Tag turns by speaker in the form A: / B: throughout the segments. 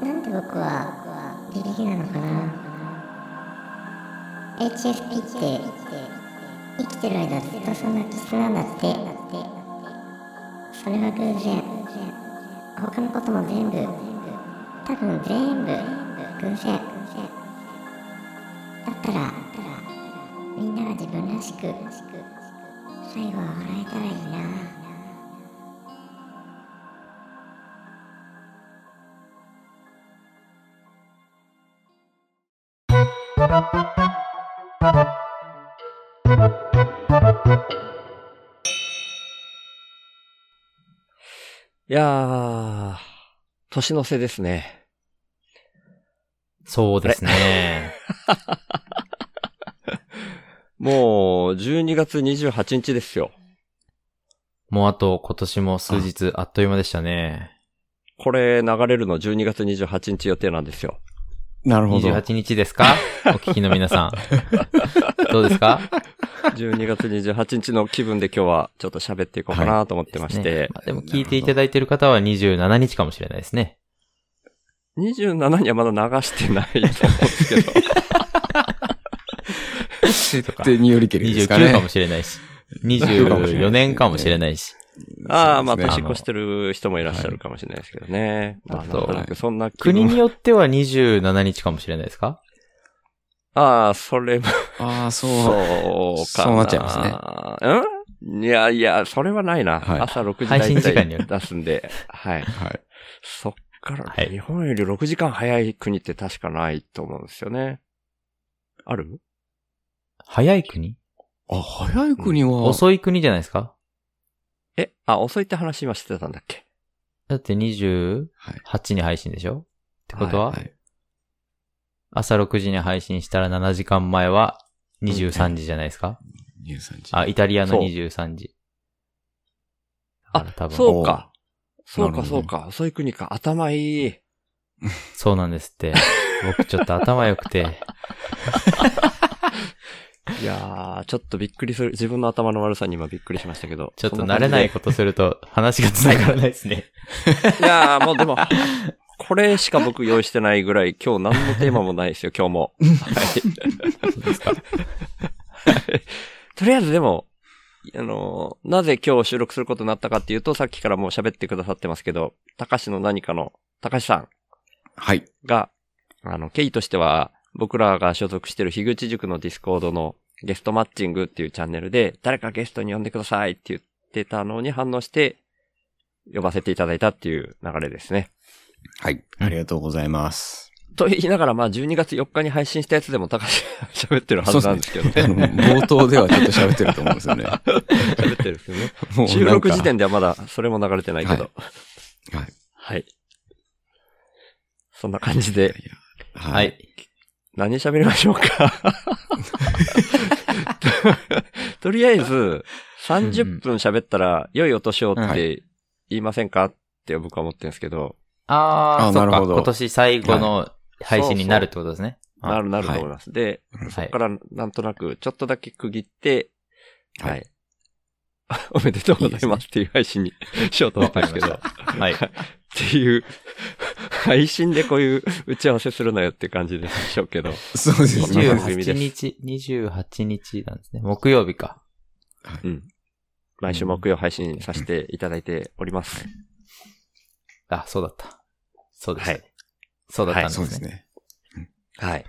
A: なんで僕は自力なのかな HSP って生きてる間ずっとそんな気質なんだってそれは偶然他のことも全部多分全部偶然だったらみんなが自分らしく最後は笑えたらいいな
B: やー、年の瀬ですね。
C: そうですね。
B: もう、12月28日ですよ。
C: もうあと今年も数日あっという間でしたね。
B: これ流れるの12月28日予定なんですよ。
D: なるほど。
C: 28日ですかお聞きの皆さん。どうですか
B: 12月28日の気分で今日はちょっと喋っていこうかなと思ってまし
C: ですね
B: て、
C: まあでも聞いていただいてる方は27日かもしれないですね。
B: 27にはまだ流してないと思うんですけど、
C: とか
D: で、によりけりですかね。
C: 29かもしれないし。24年かもしれないし。
B: ああ、まあ
D: そうです
B: 年
D: ね
B: 越してる人もいらっしゃるかもしれないですけどね。
C: は
B: ま
C: い
B: あなんとなくそんな気
C: 国
B: 分。
C: によっては27日かもしれないですか
B: ああ、それも
D: ああ、そう。
B: そうか。
D: そうなっちゃいます
B: ね。うんいやいや、それはないな。
D: はい
B: 朝6時
C: 配信時間に
B: に
C: よる
B: 出すんで。はい。
D: はい。
B: そっから、
C: はい
B: 日本より6時間早い国って確かないと思うんですよね。ある
C: 早い国
D: あ、早い国は、
C: 遅い国じゃないですか
B: え、あ、遅いって話今してたんだっけ
C: だって28
D: はい。
C: に配信でしょってことは、
D: はい
C: 朝6時に配信したら7時間前は23時じゃないですか、
D: はい、23時。
C: あ、イタリアの
B: そう
C: 23時。
B: あ
C: だから多、分
B: そうか。そう
D: な
B: か、
D: るほ
B: そ
D: ど
B: う
D: ね
B: か。遅い国か。頭いい。
C: そうなんですって。僕ちょっと頭良くて。
B: いやー、ちょっとびっくりする。自分の頭の悪さに今びっくりしましたけど。
C: ちょっと
B: そんな
C: 慣れ
B: 感じで
C: ないことすると話が繋がらないですね。
B: いやー、もうでも、これしか僕用意してないぐらい、今日何のテーマもないですよ、今日も。はい。はいとりあえずでも、あのー、なぜ今日収録することになったかっていうと、さっきからもう喋ってくださってますけど、高橋の何かの、高橋さん
D: はい。
B: が、あの、経緯としては、僕らが所属してる樋口塾のディスコードのゲストマッチングっていうチャンネルで、誰かゲストに呼んでくださいって言ってたのに反応して、呼ばせていただいたっていう流れですね。
D: はい。ありがとうございます。
B: と言いながら、まあ、12月4日に配信したやつでも高橋が 喋ってるはずなんですけど
D: あ
B: ね。
D: の冒頭ではちょっと喋ってると思うんです よね。
B: 喋ってるんですよ ね。
D: もう
B: 収録時
D: なん
B: 点ではまだそれも流れてないけど。
D: かはい。
B: はい。そんな感じで、
C: は。。
D: はい
B: 何喋りましょうか。 とりあえず、30分喋ったら、良いお年を
D: は
B: って言いませんかって僕は思ってるんですけど、
C: あー、
D: あ
C: そ
D: な
C: っ
D: る
C: か。
D: ほど
C: 今年最後の配信になるってことですね。あ
B: なるなると思います。で、
C: は
B: そ
C: い
B: こからなんとなくちょっとだけ区切って、
D: はい
B: はい。 おめでとうございますっていう配信にしようと思ってるんですけど。
C: わ はい。
B: っていう、配信でこういう打ち合わせするなよって感じでしょうけど。
D: そうですね。
C: 28日、28日なんですね。木曜日か。
B: うん。毎週木曜配信させていただいております。
C: あ、そうだった。そうです、
B: はい
C: そうだったんです
D: そ
C: ね。
D: うですね。
B: はい。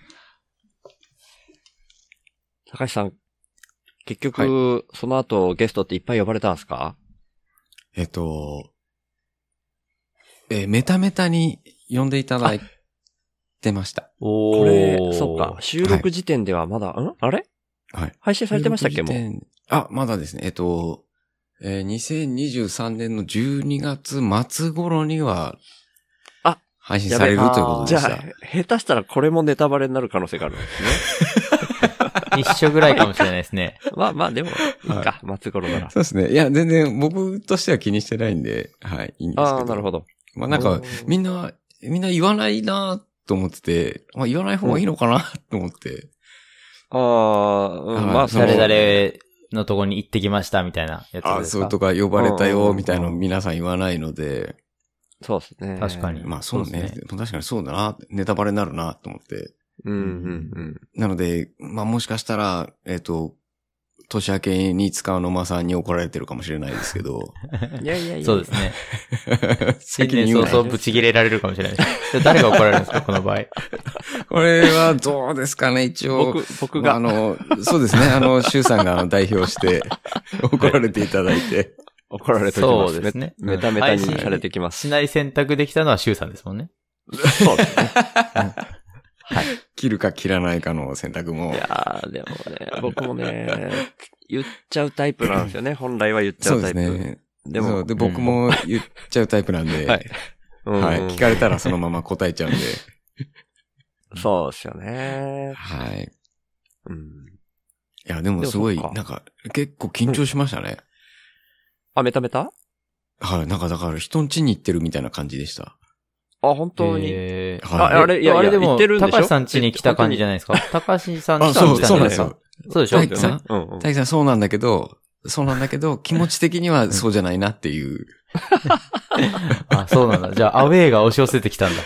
B: 高橋さん、結局、その後ゲストっていっぱい呼ばれたんですか
D: えっと、えーメタメタに呼んでいただいてました。
C: おー。
B: これ、そっか、収録時点ではまだ、んあれ
D: はい。
B: 配信されてましたっけもう。
D: う。あ、まだですね。えっと、えー2023年の12月末頃には、
B: あ
D: 配信されるということ
B: じ
D: で
B: ゃ
D: し
B: あ
D: た。、
B: 下手したらこれもネタバレになる可能性があるん ですね。
C: 一緒ぐらいかもしれないですね。
B: まあまあ、でも、いいか、松頃なら。
D: そうですね。いや、全然僕としては気にしてないんで、はい、いいんですけど。
B: ああ、なるほど。
D: まあなん
B: う
D: か
B: ん、
D: みんな、みんな言わないなと思ってて、まあ言わない方がいいのかなと思って。
B: ああ、う
D: はい
B: ん、まあ、その
D: 誰々
C: 誰々のとこに行ってきましたみたいなやつですか
D: あそうとか呼ばれた
B: うんうんう
D: よ、
B: ん
D: みたいなの皆さん言わないので、
B: そうですね。
C: 確かに
D: まあそうね。
C: そうですね
D: 確かにそうだな。ネタバレになるなと思って。
B: うんうんうん。
D: なので、まあもしかしたら、えっ、と、年明けに使うのまさんに怒られてるかもしれないです けど。
B: いやい やいや。
C: そうですね。新
D: 先に
C: 年
D: 言う
C: 早
D: な
C: 々ブチ切れられるかもしれない。で誰が怒られるんですか、 この場合。
D: これはどうですかね、一応。
B: 僕、僕が。
D: あの、そうですね。あの、シュウさんがあの代表して、怒られていただいて。
B: 怒られておきます。
C: そうですね
B: メタメタに
C: うん
B: されてきます。
C: しない選択できたのはシュウさんですもんね。
B: そうですね。
D: 切るか切らないかの選択も
B: い。やー、でもね、僕もね、言っちゃうタイプなんですよね。本来は言っちゃ
D: そううで
B: タイ
D: す
B: プ。
D: ね。
B: で
D: そ
B: も
D: う、で、僕も言っちゃうタイプなんで、
B: は
D: はいい。
B: うん
D: 聞かれたらそのまま答えちゃうんで、
B: そうですよね。
D: はい。い
B: うん。
D: や、でもすごい、
B: でもそっか
D: なんか、結構緊張しましたね。
B: あ、メタメタ
D: はい。なんか、だから、人ん家に行ってるみたいな感じでした。
B: あ、本当に。
C: えー
D: はい
B: ああれいやいや
C: あれでも
B: 言ってるんでしょ
C: 高橋さん家に来た感じじゃないですか。高橋さん
D: あ、
C: 家
D: そ
C: に
D: う、
C: 来た
D: そうなん
C: ん
D: で
C: じ
D: す
C: ゃないです
D: よ。
C: か。そうでしょ
D: 大輝さん
B: うんうん。
D: 大輝さん、そうなんだけど、そうなんだけど、気持ち的にはそうじゃないなっていう、
C: あ、そうなんだ。じゃあ、アウェイが押し寄せてきたんだ。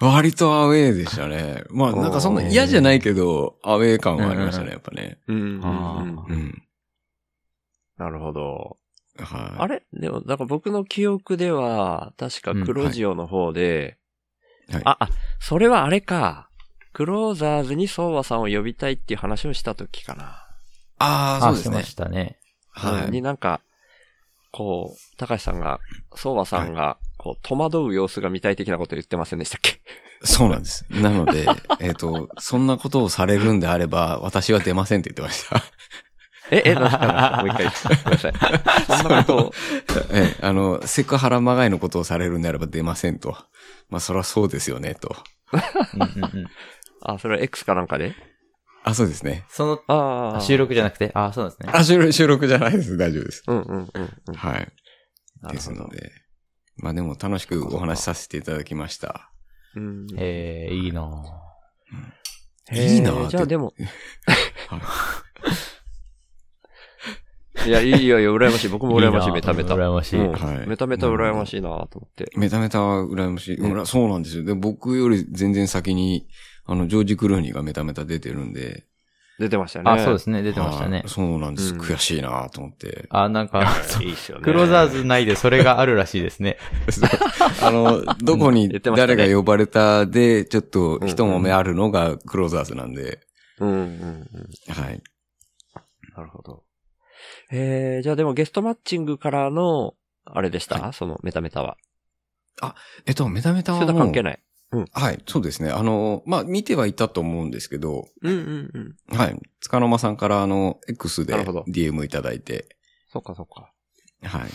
D: 割とアウェーでしたね。まあ、なんかそんな嫌じゃないけど、アウェー感はありましたね、やっぱね。
B: うんうんうん
C: あ
D: うん。
B: なるほど。
D: はい。
B: あれでも、なんか僕の記憶では、確かクロジオの方で、
D: うんはい
B: あ、あ、それはあれか。クローザーズに相和さんを呼びたいっていう話をした時かな。
D: ああ、そうです
C: しま
D: ね。
C: したね。
D: は
B: に
D: い。
B: なんか、こう、高橋さんが、相馬さんが、こう、戸惑う様子が見たい的なこと言ってませんでしたっけ
D: そうなんです。なので、 えっと、そんなことをされるんであれば、私は出ませんって言ってました。
B: え、え、なんすかなんすかもう一回、ごめんなさい。そんなことを、
D: ええ、あの、セクハラまがいのことをされるんであれば出ませんと。まあ、そりゃそうですよね、と。
C: うんうんうん
B: あ、それは X かなんかで
D: あ、そうですね。
C: そ
B: ああ。
C: の、収録じゃなくて、あ、そうなんですね。
D: あ、収録、収録じゃないです。大丈夫です。
B: うんうんうんうん。
D: はい。
B: なる
D: です
B: ほ
D: の
B: ど。
D: で。まあでも楽しくお話しさせていただきました。
B: うん
C: えー、いいなぁ
D: いいなぁ
B: へー
D: って
B: じゃあでも
D: は。
B: いや、いいよ、いや、羨ましい。僕も羨ましい、
C: なぁ
B: メタメタ。
C: 羨ましい。
B: うん
D: はい
B: メタメタ羨ましいなぁと思って。
D: メタメタは羨ましい。うらそうなんですよ。で、僕より全然先に、あの、ジョージ・クルーニーがメタメタ出てるんで。
B: 出てましたね。。
C: あ、そうですすね。出てましたね
D: はい。そうなんです。
B: うん
D: 悔しいなと思って。
C: あ、なんか、
B: いいっすよね。
C: クローザーズ内でそれがあるらしいですね。
D: あの、ど こ
B: うん言
D: に
B: ってましたね
D: 誰が呼ばれたで、ちょっと一揉めあるのがクローザーズなんで。
B: うんうんうん。
D: はい。
B: なるほど。えー、じゃあでもゲストマッチングからの、あれでした、そのメタメタは。
D: えっと、メタメタ
B: そ
D: は
B: れとは
D: もう
B: 関係ない。
D: はい、そうですね。あの、まあ、見てはいたと思うんですけど、
B: うんうんうん。
D: はい。つかの間さんから、あの、X で
B: なるほど
D: DM いただいて、
B: そっかそっか。
D: はい。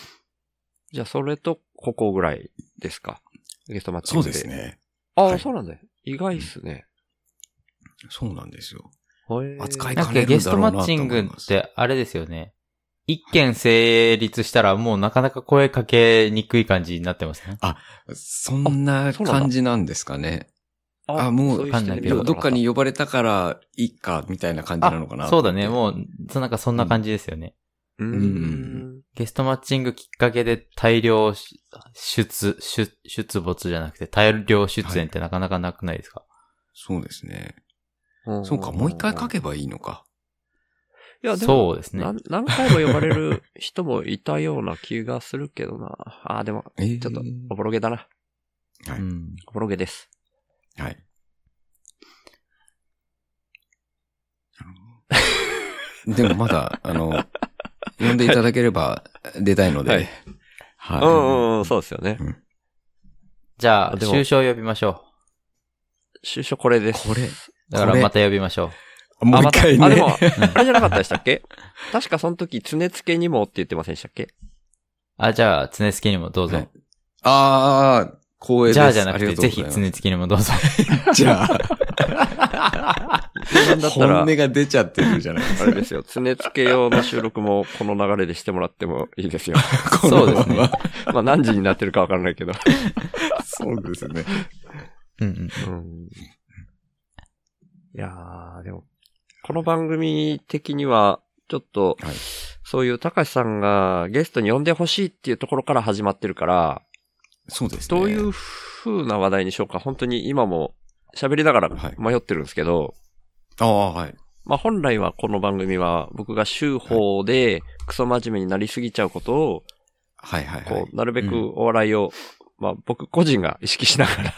B: じゃあそれと、ここぐらいですか。ゲストマッチン
D: そう
B: グ
D: で
B: で。
D: す。ね。
B: ああ、
D: はい
B: そうなんだよ。意外っすね。
D: そうなんですよ。
B: へー
D: 扱い
C: なんかゲストマッチングって、あれですよね。一件成立したらもうなかなか声かけにくい感じになってますね。
D: そんな
B: そうなんだ
D: 感じなんですかね。あもう
B: そい視点で見た
D: ど
B: こ
D: ど
B: と
D: っ
B: な
D: かに呼ばれたからいいか、みたいな感じなのかな。
C: あそうだね。
D: う。
C: もう、そなんかそんな感じですよね。
B: うー
D: うんん。
C: ゲストマッチングきっかけで大量し出、出、出没じゃなくて大量出演ってなかなかなくないですか、
D: そうですね。
B: うん
D: そうか、もう一回書けばいいのか。
B: いや、でも、
C: そうですね。
B: なん何回も呼ばれる人もいたような気がするけどな。ああ、でも、
D: えー
B: ちょっと、おぼろげだな。
D: は
C: う
D: い。
C: ん。
B: おぼろげです。
D: はい。でもまだ、あの、呼んでいただければ出たいの
B: はい
D: で。は
B: うんうんうん、そうですよね。
C: じゃあ、
B: でも
C: 終章呼びましょ
B: 就職これです。
D: これ
C: う。だから
D: これ
C: また呼びましょう。
D: もう
B: あ、ま
D: 一
B: た、
D: 回ね。
B: あ、でも、あれじゃなかったでしたっけ確かその時、常つけにもって言ってませんでしたっけ
C: あ、じゃあ、常月にもどうぞ。
D: はいああ、光栄です。
C: じゃあじゃなく
D: あ
C: て、
D: りがと
C: ぜ
D: うござ
C: ひ
D: います
C: 常月にもどうぞ。
D: じゃあ、
B: なんだった
D: 本
B: ら
D: 音、が出ちゃってるじゃないです
B: あ れですよ、常つけ用の収録もこの流れでしてもらってもいいですよ。
D: か。こ
C: そう
D: の
C: ですね
D: まま。
B: まあ何時になってるかわからないけど。
D: そうですね。
C: うんうん。
B: うんいやー、でも、この番組的には、ちょっと、
D: はい
B: そういう高橋さんがゲストに呼んでほしいっていうところから始まってるから、
D: そうですね。
B: どういう風な話題にしようか。本当に今も喋りながら
D: はい
B: 迷ってるんですけど、
D: ああ、はい。
B: まあ本来はこの番組は僕が週報でクソ真面目になりすぎちゃうことを、
D: はいはいはい
B: こ。う、なるべ
C: う
B: く
C: ん
B: お笑いを、まあ僕個人が意識しながら、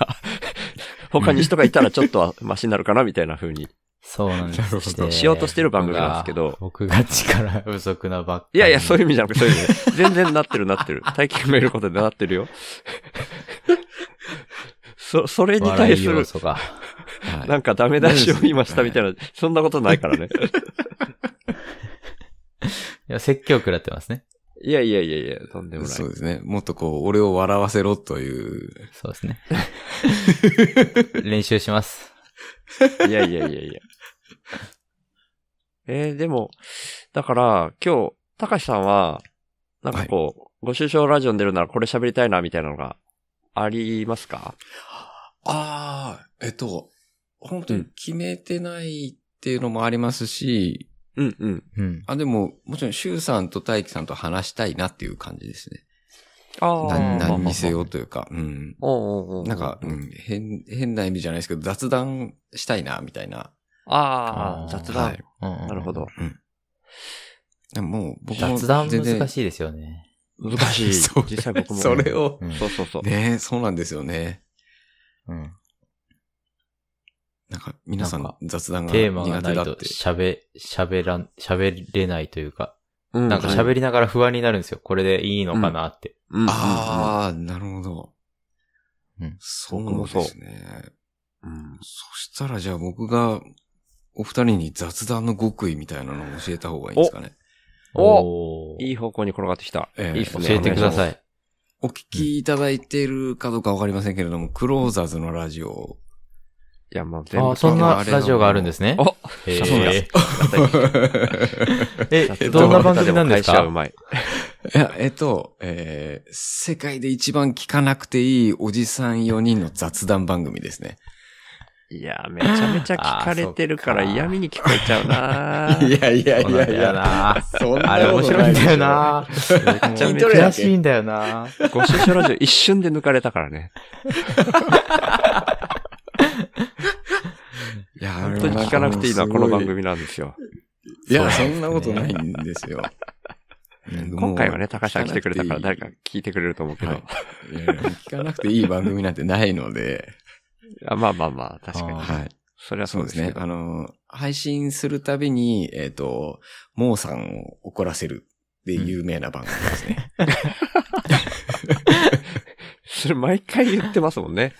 B: 他に人がいたらちょっとはマシになるかなみたいな風に
C: そうなんで
D: なるほ
C: す
D: ど
C: して
B: しようとしてる番組なんですけど
C: 僕が僕が力不足なばっかり。。
B: いやいや、そういうう意味じゃなくて、そういう意味で。全然なってるなって る。体験がいることでなってるよ。 そ、それに
C: 笑
B: 対
C: い
B: す
C: 要
B: る、
C: 素が。
D: はい
B: なんかダメ出しを今したみたいな、そんなことないからね。
C: いや、説教食らってますね。
B: いやいやいやいや、とんでもない
D: そう。ですね。もっとこう、俺を笑わせろという。
C: そうですね。練習します。
B: いやいやいやいや。えー、でも、だから、今日、たかしさんは、なんかこう、ご愁傷ラジオに出るならこれ喋りたいな、みたいなのが、ありますか
D: ああ、えっと、本当に決めてないっていうのもありますし、
B: うんうん。
C: うん。
D: あ、でも、もちろん、シュウさんと大輝さんと話したいなっていう感じですね。
B: あ
D: な
B: あ。
D: 何にせよというか、うん。
B: おうおうおう
D: なんか、うん、変、変な意味じゃないですけど、雑談したいな、みたいな。
B: ああ、雑談。
D: はい
C: うん
B: なるほど。。
D: でももう、僕も
C: 雑談
D: 全然
C: 難しいですよね。
B: 難しい。
D: そう
B: 実際僕も。
D: それを、
C: うん
B: そうそうそう。
D: ねそうなんですよね。
C: うん
D: なんか、皆さ
C: なん
D: ん
C: か
D: 雑談が
C: テーマが
D: 苦
C: な
D: 手
C: い
D: だっ
C: と
D: て。
C: 喋、喋らん、喋れないというか、
B: うん
C: なんか喋りながら不安になるんですよ。これでいいのかなって。
B: うん
D: ああ、なるほど。
C: うん
D: そう
B: 僕もそう
D: ですね。
B: うん
D: そしたらじゃあ僕が、お二人に雑談の極意みたいなのを教えた方がいいんですかね。
C: おー
B: いい方向に転がってきた。
D: ええ
B: いいっすね。
C: 教えてくだ
B: い。
C: さい。
D: お聞きいただいているかどうかわかりませんけれども、クローザーズのラジオ。
B: いや、もう全
C: あ
B: 部
C: あ、。そんなラジオがあるんですね。
B: お
C: へ
B: さすが
C: え。
B: さす
C: え、
B: が
C: どんな番組なんです
B: 会社はう
C: か
B: まい。
D: いや、えっと、えー、世界で一番聞かなくていいおじさん4人の雑談番組ですね。
B: いや、めちゃめちゃ聞かれてるから
C: あーそっか
B: 嫌味に聞こえちゃうな
D: いやいや
C: そうなんだよ。な。
D: そん
C: あれ面白いんだよな。め
D: ちゃめちゃ
C: 悔しいんだよな。
B: ご出所ラジオ一瞬で抜かれたからね。
D: いや、
B: 本当に聞かなくていいのはこの番。組なんですよ。
D: いや、そんなことないんですよ。
B: 今回はね、高橋さん来てくれたから誰か聞いてくれると思うけど
D: は。いやいや聞かなくていい番組なんてないので、
B: あまあまあまあ、確か
C: あ
B: に
C: ー。
D: はい。
B: それはそ
D: そうう
B: で
D: ですす
B: ね
D: ね。。あの、配信するたびに、えっ、と、モーさんを怒らせるで有名な番組ですね。
B: それ毎回言ってますもんね。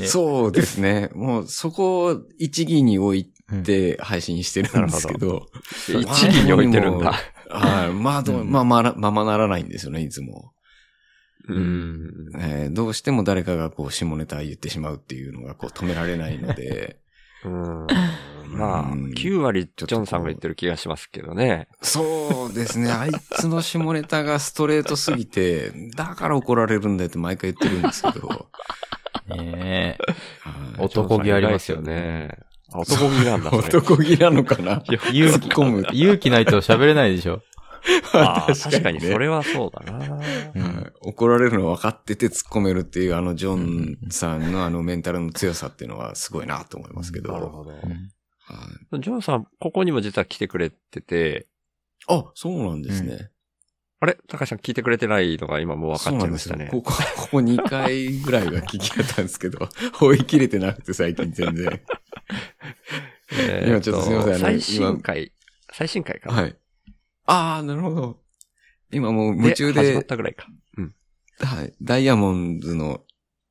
C: うん
D: そうですね。もうそこを一義に置いて配信してるんですけど。
B: 一義に置いてるんだ。
D: はい。まあ、どう
C: うん
D: まあ、まあな、ままならないんですよね、いつも。
B: う
C: うん
B: ん。
D: えーどうしても誰かがこう、下ネタ言ってしまうっていうのがこう、止められないの で。
B: うん。まあ、
D: うん
B: 9割ジョンさんが言ってる気がしますけどね。
D: そうですね。あいつの下ネタがストレートすぎて、だから怒られるんだよって毎回言ってるんですけど。
C: ね
D: はい
C: お男気ありますよね。
B: あ男気なんだ、それ。
D: 男気なのかな
C: え。勇気、
D: 込む。
C: 勇気ないと喋れないでしょ。
B: あー確
D: 確
B: か
D: か
B: に、
D: にね
B: それはそうだな。
D: はい怒られるの分かってて突っ込めるっていうあのジョンさんのあのメンタルの強さっていうのはすごいなと思いますけど。
B: なるほど。
C: うん
D: はい
B: ジョンさん、ここにも実は来てくれてて、
D: あ、そうなんですね。
B: あれ高橋さん聞いてくれてないのが今もう分か
D: そう
B: っち
D: な
B: ゃい
D: ん
B: ま
D: で
B: し
D: す
B: た
D: よ
B: ね。
D: ここ、ここ2回ぐらいは聞き合ったんですけど、 追い切れてなくて最近全 然。
B: えー
D: 今ちょっとすいませんあの
B: 最新回、最新回か。。
D: はいい。ああ、なるほど。今もう夢
B: 夢
D: 中
B: 中
D: で
B: で。始まったぐらいか。
D: はい。ダイヤモンドズの、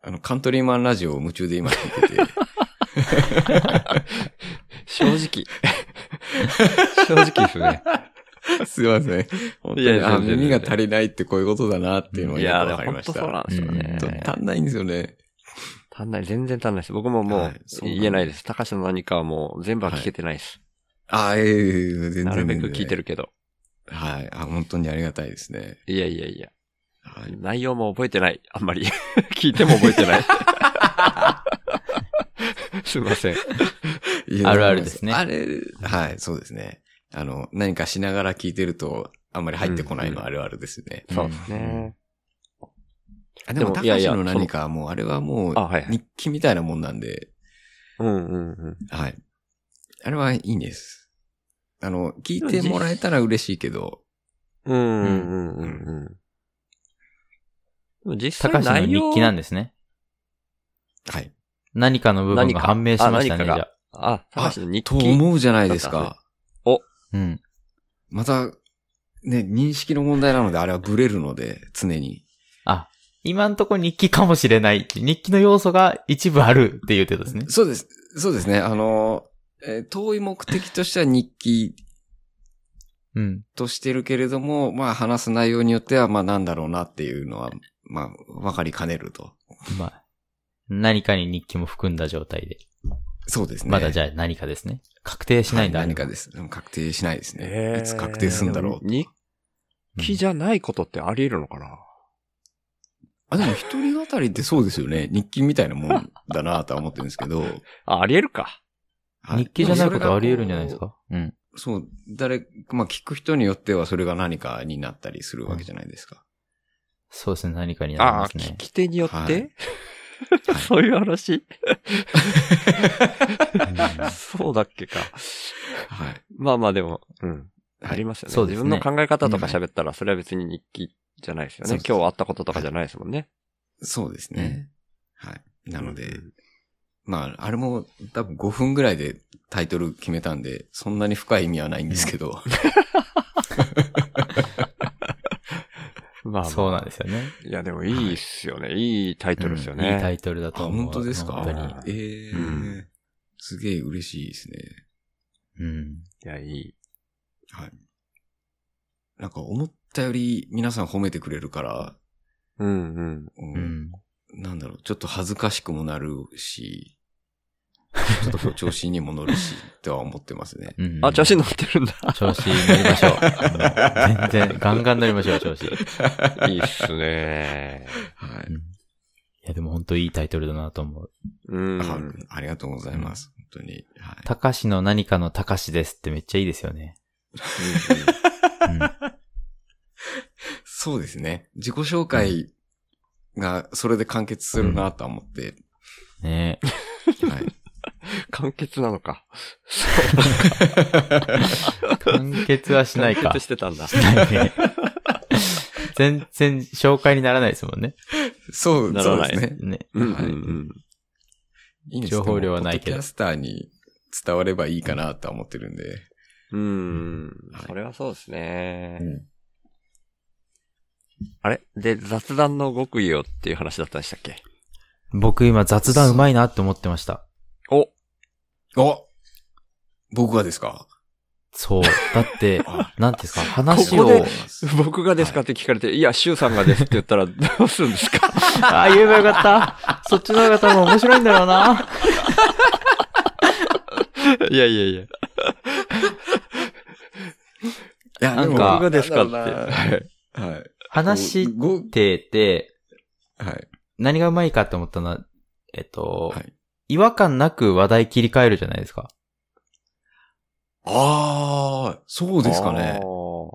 D: あの、カントリーマンラジオを夢中で今聞いてて。
B: 正 直。正直ですね。
D: すいません。本当
B: いやい
D: に
B: や
D: あ
B: 全然
D: 耳が足りないってこういうことだなっていうのはいよく
B: やー、でも
D: わかりま
B: 本
D: し
B: 当
D: た。
B: そうなんですよね。
C: うん
D: 足んないんですよね。
B: 足んない、全然足んないです。僕もも
D: は
B: う
D: いそうなんです
B: 言えないです。高橋の何かはもう全部は聞けてないです。
D: ああ、ええ全然。
B: なるべく聞いてる。けど。
D: はい。あ、本当にありがたいですね。
B: いやいやいや。
D: はい。
B: 内容も覚えてない。あんまり。 聞いても覚えて ない。すいません。
D: いや
C: あるあるですね
D: あれ、はい、そうですね。あの、何かしながら聞いてると、あんまり入ってこないのあるあるですね。
B: そうですね。
D: あでも、
B: で
D: 高
B: もいやいや
D: 橋の何か、もう、あれはもう
B: あ、、はいはい。
D: 日記みたいなもんなんで、
B: うんうんうん。
D: はい。あれはいいんです。あの、聞いてもらえたら嬉しいけど、
B: うんうんうんうんうん。でも実
C: 高
B: 際
C: 橋の
B: 内容
C: 日記なんですね。
D: はい。
C: 何かの部分
B: 何
C: が
B: か
C: 判明しました
B: あ何
C: ね、じ
B: かが
C: ゃあ。
B: あ、高橋の日
D: と
B: 記。
D: 思うじゃないですか。
C: うん。
D: また、ね、認識の問題なので、あれはブレるので、常に。
C: あ、今んとこ日記かもしれない。日記の要素が一部あるっていう程度ですね。
D: そうです。そうですね。あの、えー遠い目的としては日記
C: うん。
D: としてるけれども、まあ話す内容によっては、まあなんだろうなっていうのは、まあ、わかりかねると。
C: まあ、何かに日記も含んだ状態で。
D: そうですね。
C: まだじ
D: ゃ
C: ゃあ何かですね。確定しないんだ。
D: はい何かです。でも確定しないですね。
B: えー
D: いつ確定するんだろう。
B: 日記じゃないことってあり得るのかな、
D: あ、でも一人語りってそうですよね。日記みたいなもんだなとは思ってるんですけど。
B: あ、あり得るか。
D: はい
C: 日記じゃないことあり得るんじゃないですかうん。
D: そう、誰、まあ聞く人によってはそれが何かになったりするわけじゃないですか。
C: そうですね、何かになり
B: あ
C: ま
B: あ、
C: す
B: 聞
C: ね。
B: き手によって、
D: はい
B: そういう話
C: うん
B: そうだっけか。
D: はい。
B: まあまあでも、うん。
D: はい
B: ありますよね。
C: そうですね
B: 自分の考え方とか喋ったら、それは別に日記じゃないですよね。
D: そうです
B: 今日あったこととかじゃないですもんね。
D: そうですね。はい。なので
B: う、ん
D: まあ、あれも多分5分ぐらいでタイトル決めたんで、そんなに深い意味はないんですけど。
B: ま あまあ、
C: そうなんですよね。
B: いや、でもいいっすよね。いいタイトルですよね。
C: うんいいタイトルだ
D: あ、
C: と思う。
D: 本当ですか
C: 本当に。
D: ええ
B: う
D: すげえ嬉しいですね。
C: うん。
B: いや、いい。
D: はい。なんか思ったより皆さん褒めてくれるから、
B: うんうん。
D: うん
C: うん。
D: なんだろう、ちょっと恥ずかしくもなるし、ちょっとこう調子にも乗るし、とは思ってま すね。
C: うん
B: あ、調子乗ってるんだ。
C: 調子乗り ましょう。うん全然、ガンガン乗りましょう、調子。うん
B: いいっすね。
D: はい
C: いや、でも本当いいタイトルだなと思う。
B: うん。
D: あ。ありがとうございます。本当に。はい。
C: たかしの何かのたかしですってめっちゃいいですよね。うん
D: そうですね。自己紹介がそれで完結するなとは思って、
C: ねえ
D: はい。
B: 完結なのか。
C: 完結はしない
B: 完
C: か
B: 結。してたんだ。
C: ないね全然紹介にならないですもんね。
D: そう、
B: な
D: そ
B: ら
D: う
B: な
D: で
B: い
D: すね。
C: ね。
B: うんうんうん。
D: いいんですけ
C: 情
D: ど
C: 報量はないけど
D: ポッドキャスターに伝わればいいかなとは思ってるんで。
B: うん
D: はい。
B: それはそうですね。あれで、雑談の極意をっていう話だったんでしたっけ
C: 僕今雑談うまいなって思ってました。
B: お
D: お僕はですか
C: そう。だ って、なんていうんですか、話
B: ここ
C: を
B: で、 僕がですかって聞かれて、い、や、シュウさんがですって言ったらどうするんですか
C: あ、言えばよかった。そっちの方が多分面白いんだろうな。
B: いやいやいや。
D: いや、
C: なん
D: でも
C: か
B: 僕がですかって。
D: なんだろうな
B: はい
D: はい。
C: 話し
D: ご、
C: てて、
D: はい。
C: 何がうまいかって思ったのは、えっと、
D: はい
C: 違和感なく話題切り替えるじゃないですか。
D: ああ、そうですかね。
B: あー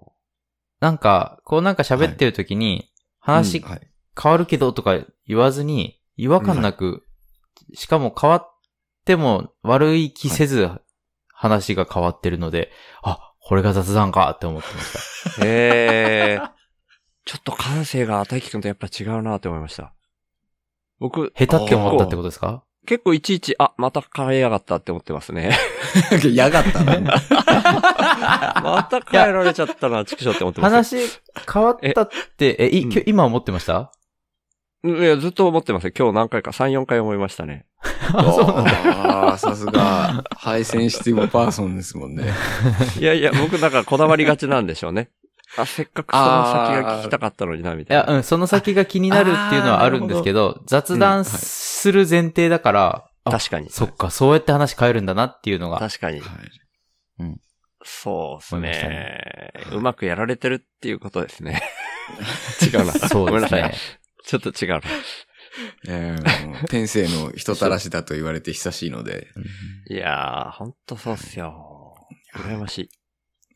C: なんか、こうなんか喋ってる時に、話
D: うんはい
C: 変わるけどとか言わずに、違和感なく、しかも変わっても悪い気せず話が変わってるので、あ、これが雑談かって思ってました。
B: ええ ちょっと感性が大輝くんとやっぱ違うなって思いました。僕、
C: 下手って思ったってことですか
B: 結構いちいち、あ、また変えやがったって思ってますね。
D: やがったな。
B: また変えられちゃったな、畜生って思ってます。
C: 話変わったって、え、い
B: うん
C: 今日今思ってました
B: うんいや、ずっと思ってますよ。今日何回か、3、4回思いましたね。
D: ああ、さすが、ハイセンシティブパーソンですもんね。
B: いやいや、僕なんかこだわりがちなんでしょうね。あ、せっかくその先が聞きたかったのにな、み
C: い
B: たい
C: や、
B: な。
C: うん、その先が気になるっていうのはあるんですけど、雑談する前提だから、あ
B: 確かに。
C: そっか、そうやって話変えるんだなっていうのが、
B: 確かに。
D: はい。
B: そうです
C: 思いました
B: ね。うまくやられてるっていうことですね。 違うな。
C: そ
B: ごめ
C: うんで
B: な
C: す
B: さい
C: ね。。
B: ちょっと違うな。
D: えーもう天性の人たらしだと言われて久しいので。
B: いやー、ほんとそうっすよ。羨ましい。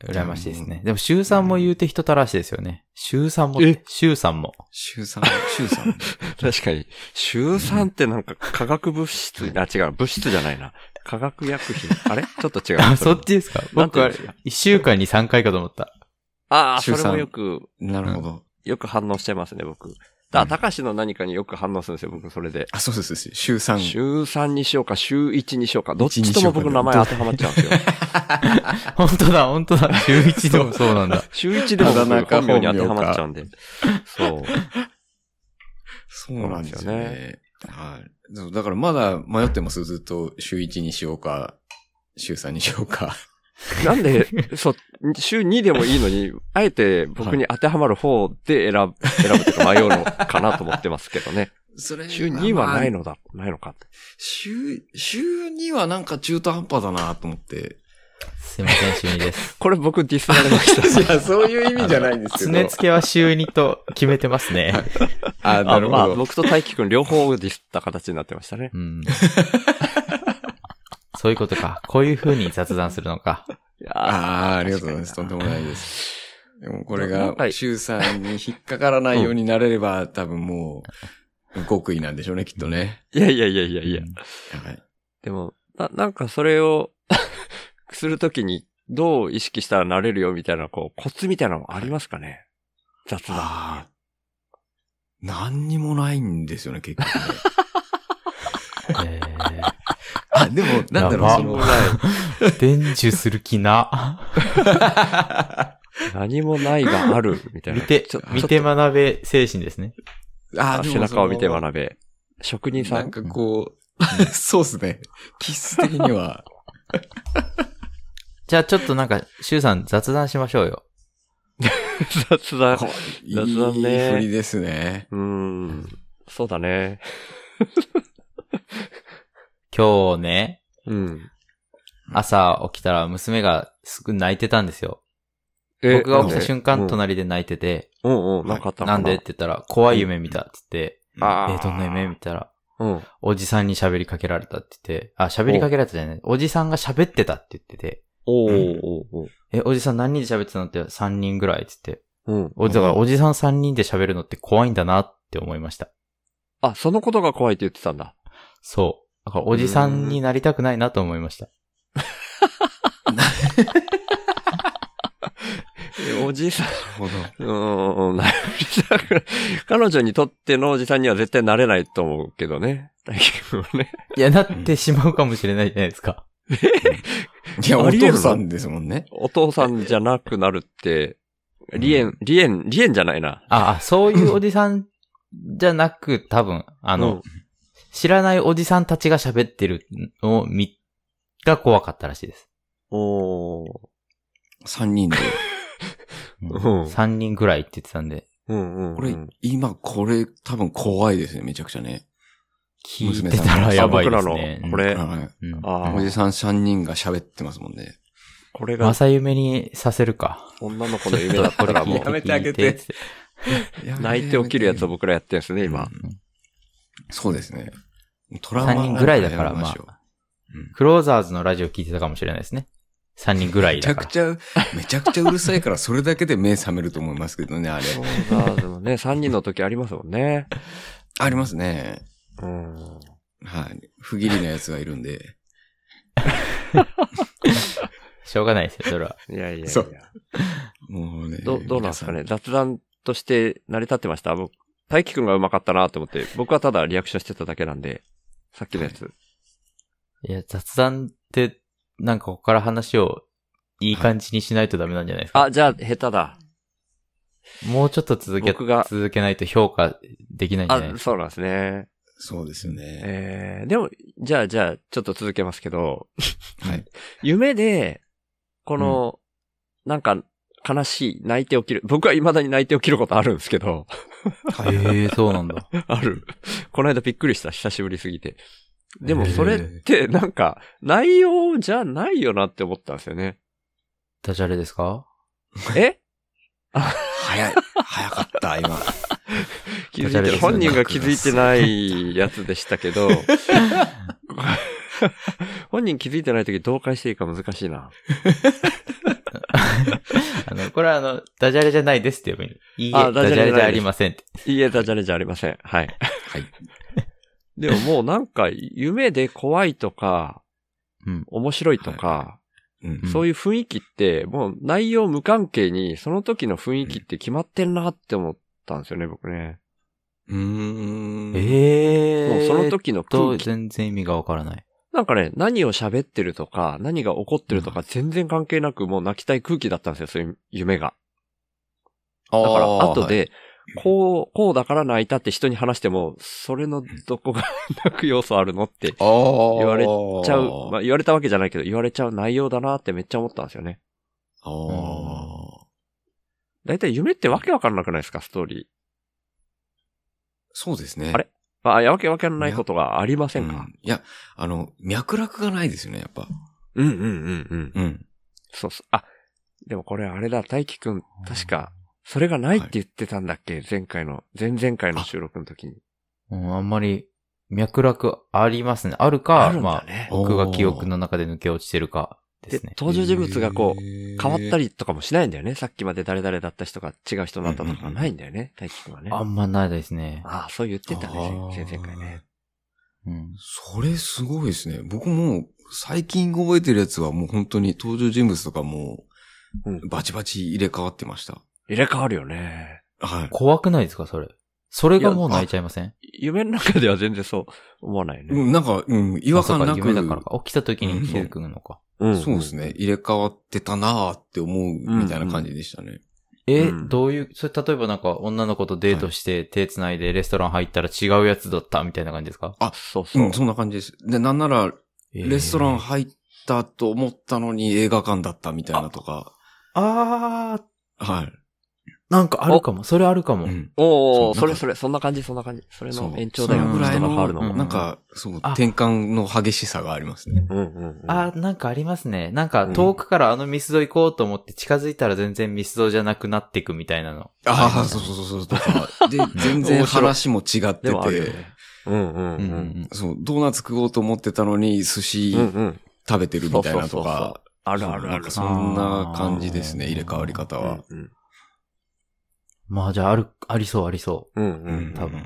C: 羨ましいですね。でも、週3も言うて人たらしですよね。週3もって
B: え、
C: 週3も。
D: 週3、週3。
B: 確かに、週3ってなんか化学物質、あ、違う、物質じゃないな。化学薬品。 あれちょっと違う。
C: あ、
B: れ
C: そっちですか
B: なんて
C: 僕
B: 言う
C: は
B: んですか
C: 1週間に3回かと思った。
B: ああ、そ
D: 週
B: れも
D: 三
B: よく、
D: なるほど。
B: よく反応してますね、僕。だ、たかしの何かによく反応するんですよ、僕、それで。
D: あ、そうです。週3。
B: 週3にしようか、週1にしようか、どっちとも僕の名前当てはまっちゃうんですよ。
C: 本当だ、本当だ。週1でもそうなんだ。
B: 週1でも
D: あだ名
B: 僕
D: か
B: 本名に当てはまっちゃうんで。そう。
D: そうなんですよ
B: そうなん
D: ね。はい。そうだからまだ迷ってます。ずっと週1にしようか、週3にしようか。
B: なんで、そう、週2でもいいのに、あえて僕に当てはまる方で選ぶ、選ぶとか迷うのかなと思ってますけどね。
D: それ
B: 週2はない
D: の。
B: のだ、ないのかって。
D: 週、週2はなんか中途半端だなと思って。
C: すいません、週2です。
B: これ僕ディスられました。
D: いや、そういう意味じゃないんです
C: す
D: け
C: ね
D: ど
C: つ。けは週2と決めてます ね。
D: あ、 な
B: あ
D: る
B: まあ、
D: ほど。
B: 僕と大輝くん両方ディスった形になってましたね。
C: うん。そういうことか。こういう風に雑談するのか。
B: いや
D: ああー、ありがとうございます。とんでもないです。でもこれ
B: なん
D: が
B: か、
D: 週3に引っかからないようになれれば、多分もう、極意なんでしょうね、きっとね。
B: ーいやいやいやいやいや。
D: はい。
B: でも、な、なんかそれを、 するときに、どう意識したらなれるよみたいな、こう、コツみたいなのありますかね雑談。
D: ああ。何にもないんですよね、結 局
C: え
D: ね。あ、でも、なんだろう、
C: やば
D: そ の、
C: ー、伝授する気な。
B: 何もないがある、みたいな。
C: 見て
B: ちょ、
C: 見て学べ精神ですね。
D: あ
B: 背中を見て
D: べ。
B: 学べ。職人さ
D: なん
B: ん。
D: かこう、 そうですね。気質的には。
C: じゃあちょっとなんか、シュウさん雑談しましょうよ。
B: 雑談。
D: いい
B: 雑談ね
D: 振りですね。
B: うーん。そうだね。
C: 今日ね、
B: うん。
C: 朝起きたら娘がすぐ泣いてたんですよ。
B: え
C: 僕が起き
B: な
C: た
B: んで
C: 瞬間、
B: うん
C: 隣で泣いてて、
B: うんうん、なんかあったのか
C: なんでって言ったら、怖い夢見たって言って、
B: あー
C: え、どんな夢見たら、
B: うん。
C: おじさんに喋りかけられたって言って、あ、喋りかけられたじゃない。おじさんが喋ってたって言ってて、
B: おーおーおー
C: え、おじさん何人で喋ってたのって3人ぐらいって言って、
B: うん。
C: おだからおじさん3人で喋るのって怖いんだなって思いました。
B: あ、そのことが怖いって言ってたんだ。
C: そう。だからおじさんになりたくないなと思いました。
B: えおじさん。
D: なるほど。
B: うんうんうん、なるほど 彼女にとってのおじさんには絶対なれないと思うけどね。大輝くんはね。
C: いや、なってしまうかもしれないじゃないですか。
D: いや、
B: あ
D: お
B: りえる
D: 父
B: の
D: さんですもんね。
B: お父さんじゃなくなるって、リエ
D: う
B: ン、リエン、リエンじゃないな。
C: ああ、そういうおじさんじゃなく、多分、あ
B: あ
C: の、、知らないおじさんたちが喋ってるのを見、が怖かったらしいです。
B: おー
D: 3人で。
B: うん
C: 3人ぐらいって言ってたんで、
B: うんうんうん。
D: これ、今、これ、多分怖いですね、めちゃくちゃね。
C: 聞いてたらやばいですね。
B: あ僕らのこれえ
D: は
C: うん、うん
B: あ
D: い。お
B: あ、
D: じさん3人が喋ってますもんね。
B: これが
C: 朝夢にさせるか。
B: 女の子の夢だったらも
D: や
B: う、
D: めてあげて
B: 泣いて起きるやつを僕らやってるんですね、今。
D: そうですね。トラウマ
C: 3人ぐらいだから、ま
D: め
C: あ。クローザーズのラジオ聞いてたかもしれないですね。3人ぐらい
D: ちゃ
C: だか
D: く
C: ら。
D: ちゃ、めちゃくちゃうるさいから、それだけで目覚めると思いますけどね、あれ。
B: そうだ、でもね、3人の時ありますもんね。
D: ありますね。
B: うん。
D: はい。不義理なやつがいるんで。
C: しょうがないですよ、それは。
B: いやいやい
D: そ
B: や
D: う。もうね。
B: ど、どうなんですかね
D: 皆
B: 雑談として成り立ってました僕、大輝くんが上手かったなと思って、僕はただリアクションしてただけなんで、さっきのやつ。
C: いや、雑談って、なんかここから話をいい感じにしないとダメなんじゃないですか。
B: あ、じゃあ、下手だ。
C: もうちょっと続け、
B: 僕が
C: 続けないと評価できないんじゃない
B: あ、
C: ですか。
B: そうなんですね。
D: さん。そうですよね。
B: えー、でも、じゃあ、じゃあ、ちょっと続けますけど、
D: はい。
B: 夢で、この、なんか、悲しい、泣いて起きる。僕は未だに泣いて起きることあるんですけど、
C: へ えそうなんだ。
B: ある。この間びっくりした、久しぶりすぎて。でも、
C: へー
B: それって、なんか、内容じゃないよなって思ったんですよね。
C: ダジャレですか
B: え
D: 早い。早かった、今。
B: 気づいて、本人が気づいてないやつでしたけど、 本人気づいてないときどう返していいか難しいな。
C: あの、これはあの、ダジャレじゃないですって言えばいい。いい
B: あ
C: え、
B: ダ
C: ダ
B: ジ
C: ジ
B: ャ
C: ャ
B: レじゃないです
C: レじゃありませんって。
B: いいえ、ダジャレじゃありません。はい。
D: はい。
B: でももうなんか、夢で怖いとか、
C: うん。
B: 面白いとか、
D: うん
C: うん
B: そういう雰囲気って、もう内容無関係に、その時の雰囲気って決まってんなって思ったんですよね、僕ね。
D: うーん。
C: ええ
B: もうその時の空
C: と、
B: 気。
C: 全然意味がわからない。
B: なんかね、何を喋ってるとか、何が起こってるとか、全然関係なく、もう泣きたい空気だったんですよ、そういう夢が。だから、
D: あー
B: 後、で、こう、こうだから泣いたって人に話しても、それのどこが 泣く要素あるのって
D: 言
B: 言われ
D: ち
B: ちゃう、まあ、言われたわけじゃないけど、言われちゃう内容だなってめっちゃ思ったんですよね。
D: あー
B: だいたい夢ってわけわかんなくないですか、ストーリー。
D: そうですね。
B: あれまあ、いやわけわかんないことがありません
D: う
B: か
D: ん。いや、あの、脈絡がないですよね、やっぱ。
B: うんうんうんうん。
D: うん。
B: そうそう。あ、でもこれあれだ、大輝くん、確か、それがないって言ってたんだっけ、前回の、前々回の収録の時に。
C: うん、あんまり、脈絡ありますね。ある
B: あ
C: か、
B: るん
C: ま
B: だ
C: あ、
B: ね。
C: 僕が記憶の中で抜け落ちてるかですね
B: で。登場人物がこう、
D: 変
B: 変わった
D: り。
B: りとかもしないんだよね。さっきまで誰々だった人が違う人になったとかないんだよね。大輝くんはね。
C: あんまないですね。
B: ああ、そう言ってたね、
D: あー
B: 前々回ね。
C: うん。
D: それすごいですね。僕もう最近覚えてるやつはもう本当に登場人物とかも
B: うん
D: う、バチバチ入れ替わってました。
B: 入れ替わるよね。
D: はい。
C: 怖くないですか、それ。それがもう泣いちゃいません
B: 夢の中では全然そう思わないよ
D: う
B: ね。
D: ん、なんか、うん、違和
C: あそう
D: 感
C: か
D: なく。
C: 夢だからか。起きた時に気づくのか。
B: うん
D: そうですね。。入れ替わってたなーって思うみたいな感じでしたね。
C: え、
B: うん
C: どういう、それ例えばなんか女の子とデートして手繋いでレストラン入ったら違うやつだったみたいな感じですか
B: あ、そう
D: う
B: そ
D: ん、
B: う。
D: そんな感じです。で、なんなら、レストラン入ったと思ったのに映画館だったみたいなとか。
C: あー、
D: はい。
C: なんかあるかも。それあるかも。
D: うん。
B: おお、
D: そ
B: そうれ
D: なんか
B: それ、そんな感じ、そんな感じ。それ
D: そ
B: の
D: う
B: 延長だよ、
D: そのぐらい
B: 人が変わる
D: の
B: の、も。
D: なんか、そう、
C: あ
D: 転換の激しさがありますね。
B: うんうんうん。
C: あー、なんかありますね。なんか遠くからあのミスド行こうと思って近づいたら全然ミスドじゃなくなっていくみたいなの。
D: ああ、そうそうそうそう、とか。 で、全然話も違って
B: でもあるよ
D: て、
B: ね。うんうん
C: う
B: うん。
C: うんん
D: そう、ドーナツ食おうと思ってたのに寿司
B: うんうん。
D: 食べてるみたいな
B: そうそうそうそ
D: と
B: う
D: か。
B: あるあるあ
D: なん
B: る
D: か。そんな感じですね、
C: あー
D: 入れ替わり方は。
B: うんうん
C: まあじゃあある、ありそうありそう。
B: うんう
D: うんん。
C: 多分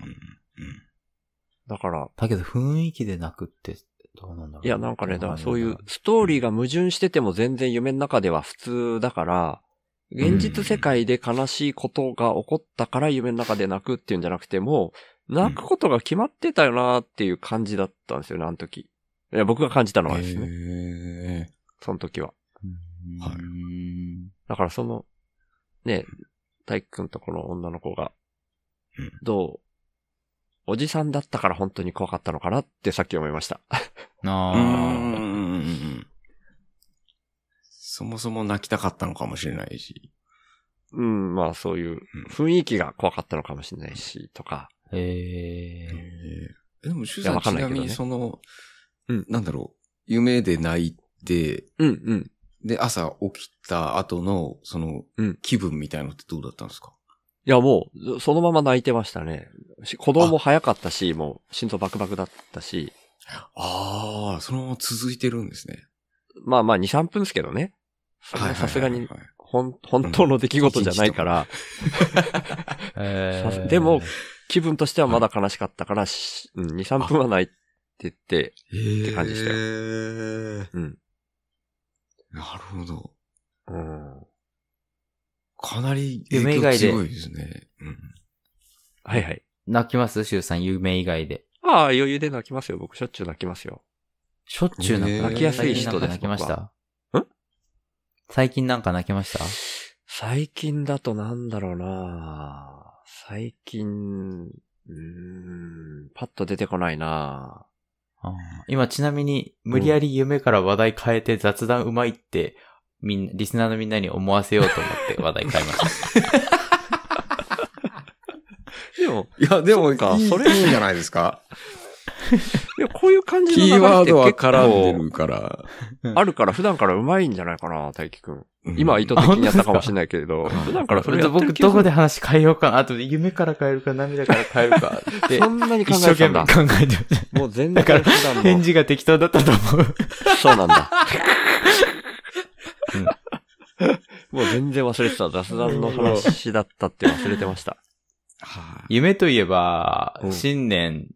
B: だから、
C: だけど雰囲気で泣くってどうなんだろう。
B: いや、なんかね、だからそういうストーリーが矛盾してても全然夢の中では普通だから、現実世界で悲しいことが起こったから夢の中で泣くっていうんじゃなくても、泣くことが決まってたよなーっていう感じだったんですよね、あの時。いや、僕が感じたのはですね、
D: へ
B: その時は。
C: うん。
D: はい
B: だからその、ね、大輝くんとこの女の子が
D: うん、
B: どう、おじさんだったから本当に怖かったのかなってさっき思いました。
D: ー
C: あ
D: う
C: ー
D: んうんうんうんそもそも泣きたかったのかもしれないし。
B: うん、まあそういう雰囲気が怖かったのかもしれないし、とか。
C: えー
D: えでも、シュ
B: い
D: ウさ
B: や
D: ん
B: わか
D: ち
B: んない
D: な
B: けどね
D: みにその、
B: うん
D: なんだろう、夢で泣いて、
B: うんうん。
D: で、朝起きた後の、その
B: うん、
D: 気分みたいのってどうだったんですか、
B: いやもう、そのまま泣いてましたね。し子供も早かったし、もう心臓バクバクだったし、
D: ああ、そのまま続いてるんですね。
B: まあまあ2、3分ですけどね。それはさすがに
D: はいはいはい
B: ほん、本当の出来事じゃないから、
C: え
B: さ
C: ー
B: でも、気分としてはまだ悲しかったから、しうん2、3分は泣いてて、
D: はい。
B: って感じでしたよ
D: へー
B: うん。
D: なるほど。
B: うん。
D: かなり
C: 夢
D: 影
C: 以外
D: 響
C: で
D: 強いですね。うん
B: はいはい。
C: 泣きますシュウさん、夢以外で。
B: ああ、余裕で泣きますよ。僕しょっちゅう泣きますよ。
C: しょっちゅう泣
D: え
C: く。
D: ー
B: 泣きやすい人です
C: 泣きました。
B: 僕はん
C: 最近なんか泣きました
B: 最近だとなんだろうな最近、うーん、パッと出てこないな
C: あー今ちなみに、無理やり夢から話題変えて雑談うまいって、みんな、リスナーのみんなに思わせようと思って話題変えま した。
B: でも、
D: いや、でも、
B: そっか
D: いい
B: それ
D: いいんじゃないですか。
B: でも こういう感じの
D: キーワードは絡
B: で
D: んでるから。
B: あるから普段から上手いんじゃないかな、大輝くん。
D: うん
B: 今は意図的にやったかもしれないけれど、
D: んあ
B: 普段からそれやって
C: 僕
B: る気がす
C: どこ
B: る
C: で話変えようかなと、夢から変えるか涙から変えるかって、
B: そんなに考
C: 一生
B: えて
C: 懸
B: んだ
C: 命。考えてまし
B: もう全然
C: だから
B: 普段
C: た。
B: の
C: 返事が適当だったと思う。
B: そうなんだ。もう全然忘れてた。雑談の話だったって忘れてま した。
D: は い。
C: 夢といえば
B: う、ん
C: 新年、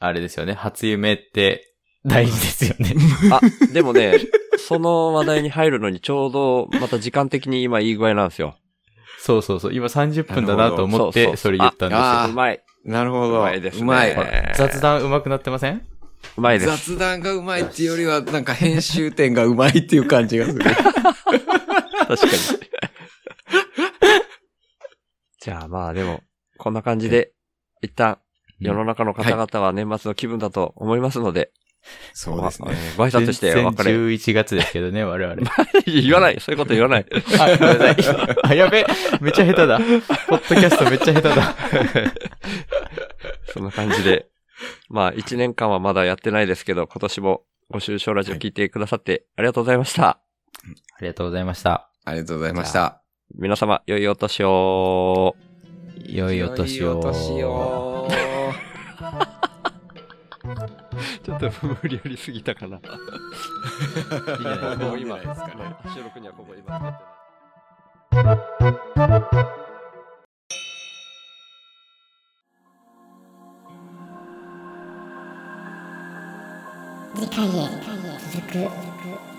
C: あれですよね、初夢って大事ですよね。
B: あ、でもね、その話題に入るのにちょうど、また時間的に今いい具合なんですよ。
C: そうそうそう、今30分だなと思っ
B: なるほ
C: て、
B: ど
C: それ言ったんです
D: あ
B: うまい。
D: なるほ
B: う
D: ど。
B: まいですね。
D: うまい。
C: よ。雑談上手くなってません
B: うまいです。
D: 雑談がうまいっていうよりは、なんか編集点がうまいっていう感じがす る。
B: 確かに。 じゃあまあでも、こんな感じで、一旦、世の中の方々は年末の気分だと思いますので、
D: そうですね。
B: ご挨拶してお別れ。
C: 11月ですけどね、我々。
B: 言わない。そういうこと言わない。
C: あ、ごめんなさい。あ、やべ。めっちゃ下手だ。ポッドキャストめっちゃ下手だ。
B: そんな感じで。まあ、一年間はまだやってないですけど、今年もご愁傷ラジオ聞いてくださってありがとうございました。
C: ありがとうございました。
D: ありがとうございました。
B: 皆様、良いお年 を。
C: 良いお年を。
D: 良いお年を。
B: ちょっと無理やりすぎたかな。
C: いやいや
B: もう今、
D: いいんじゃないですかね
B: 収録にはここ今使ってない。
A: 次回へ続く。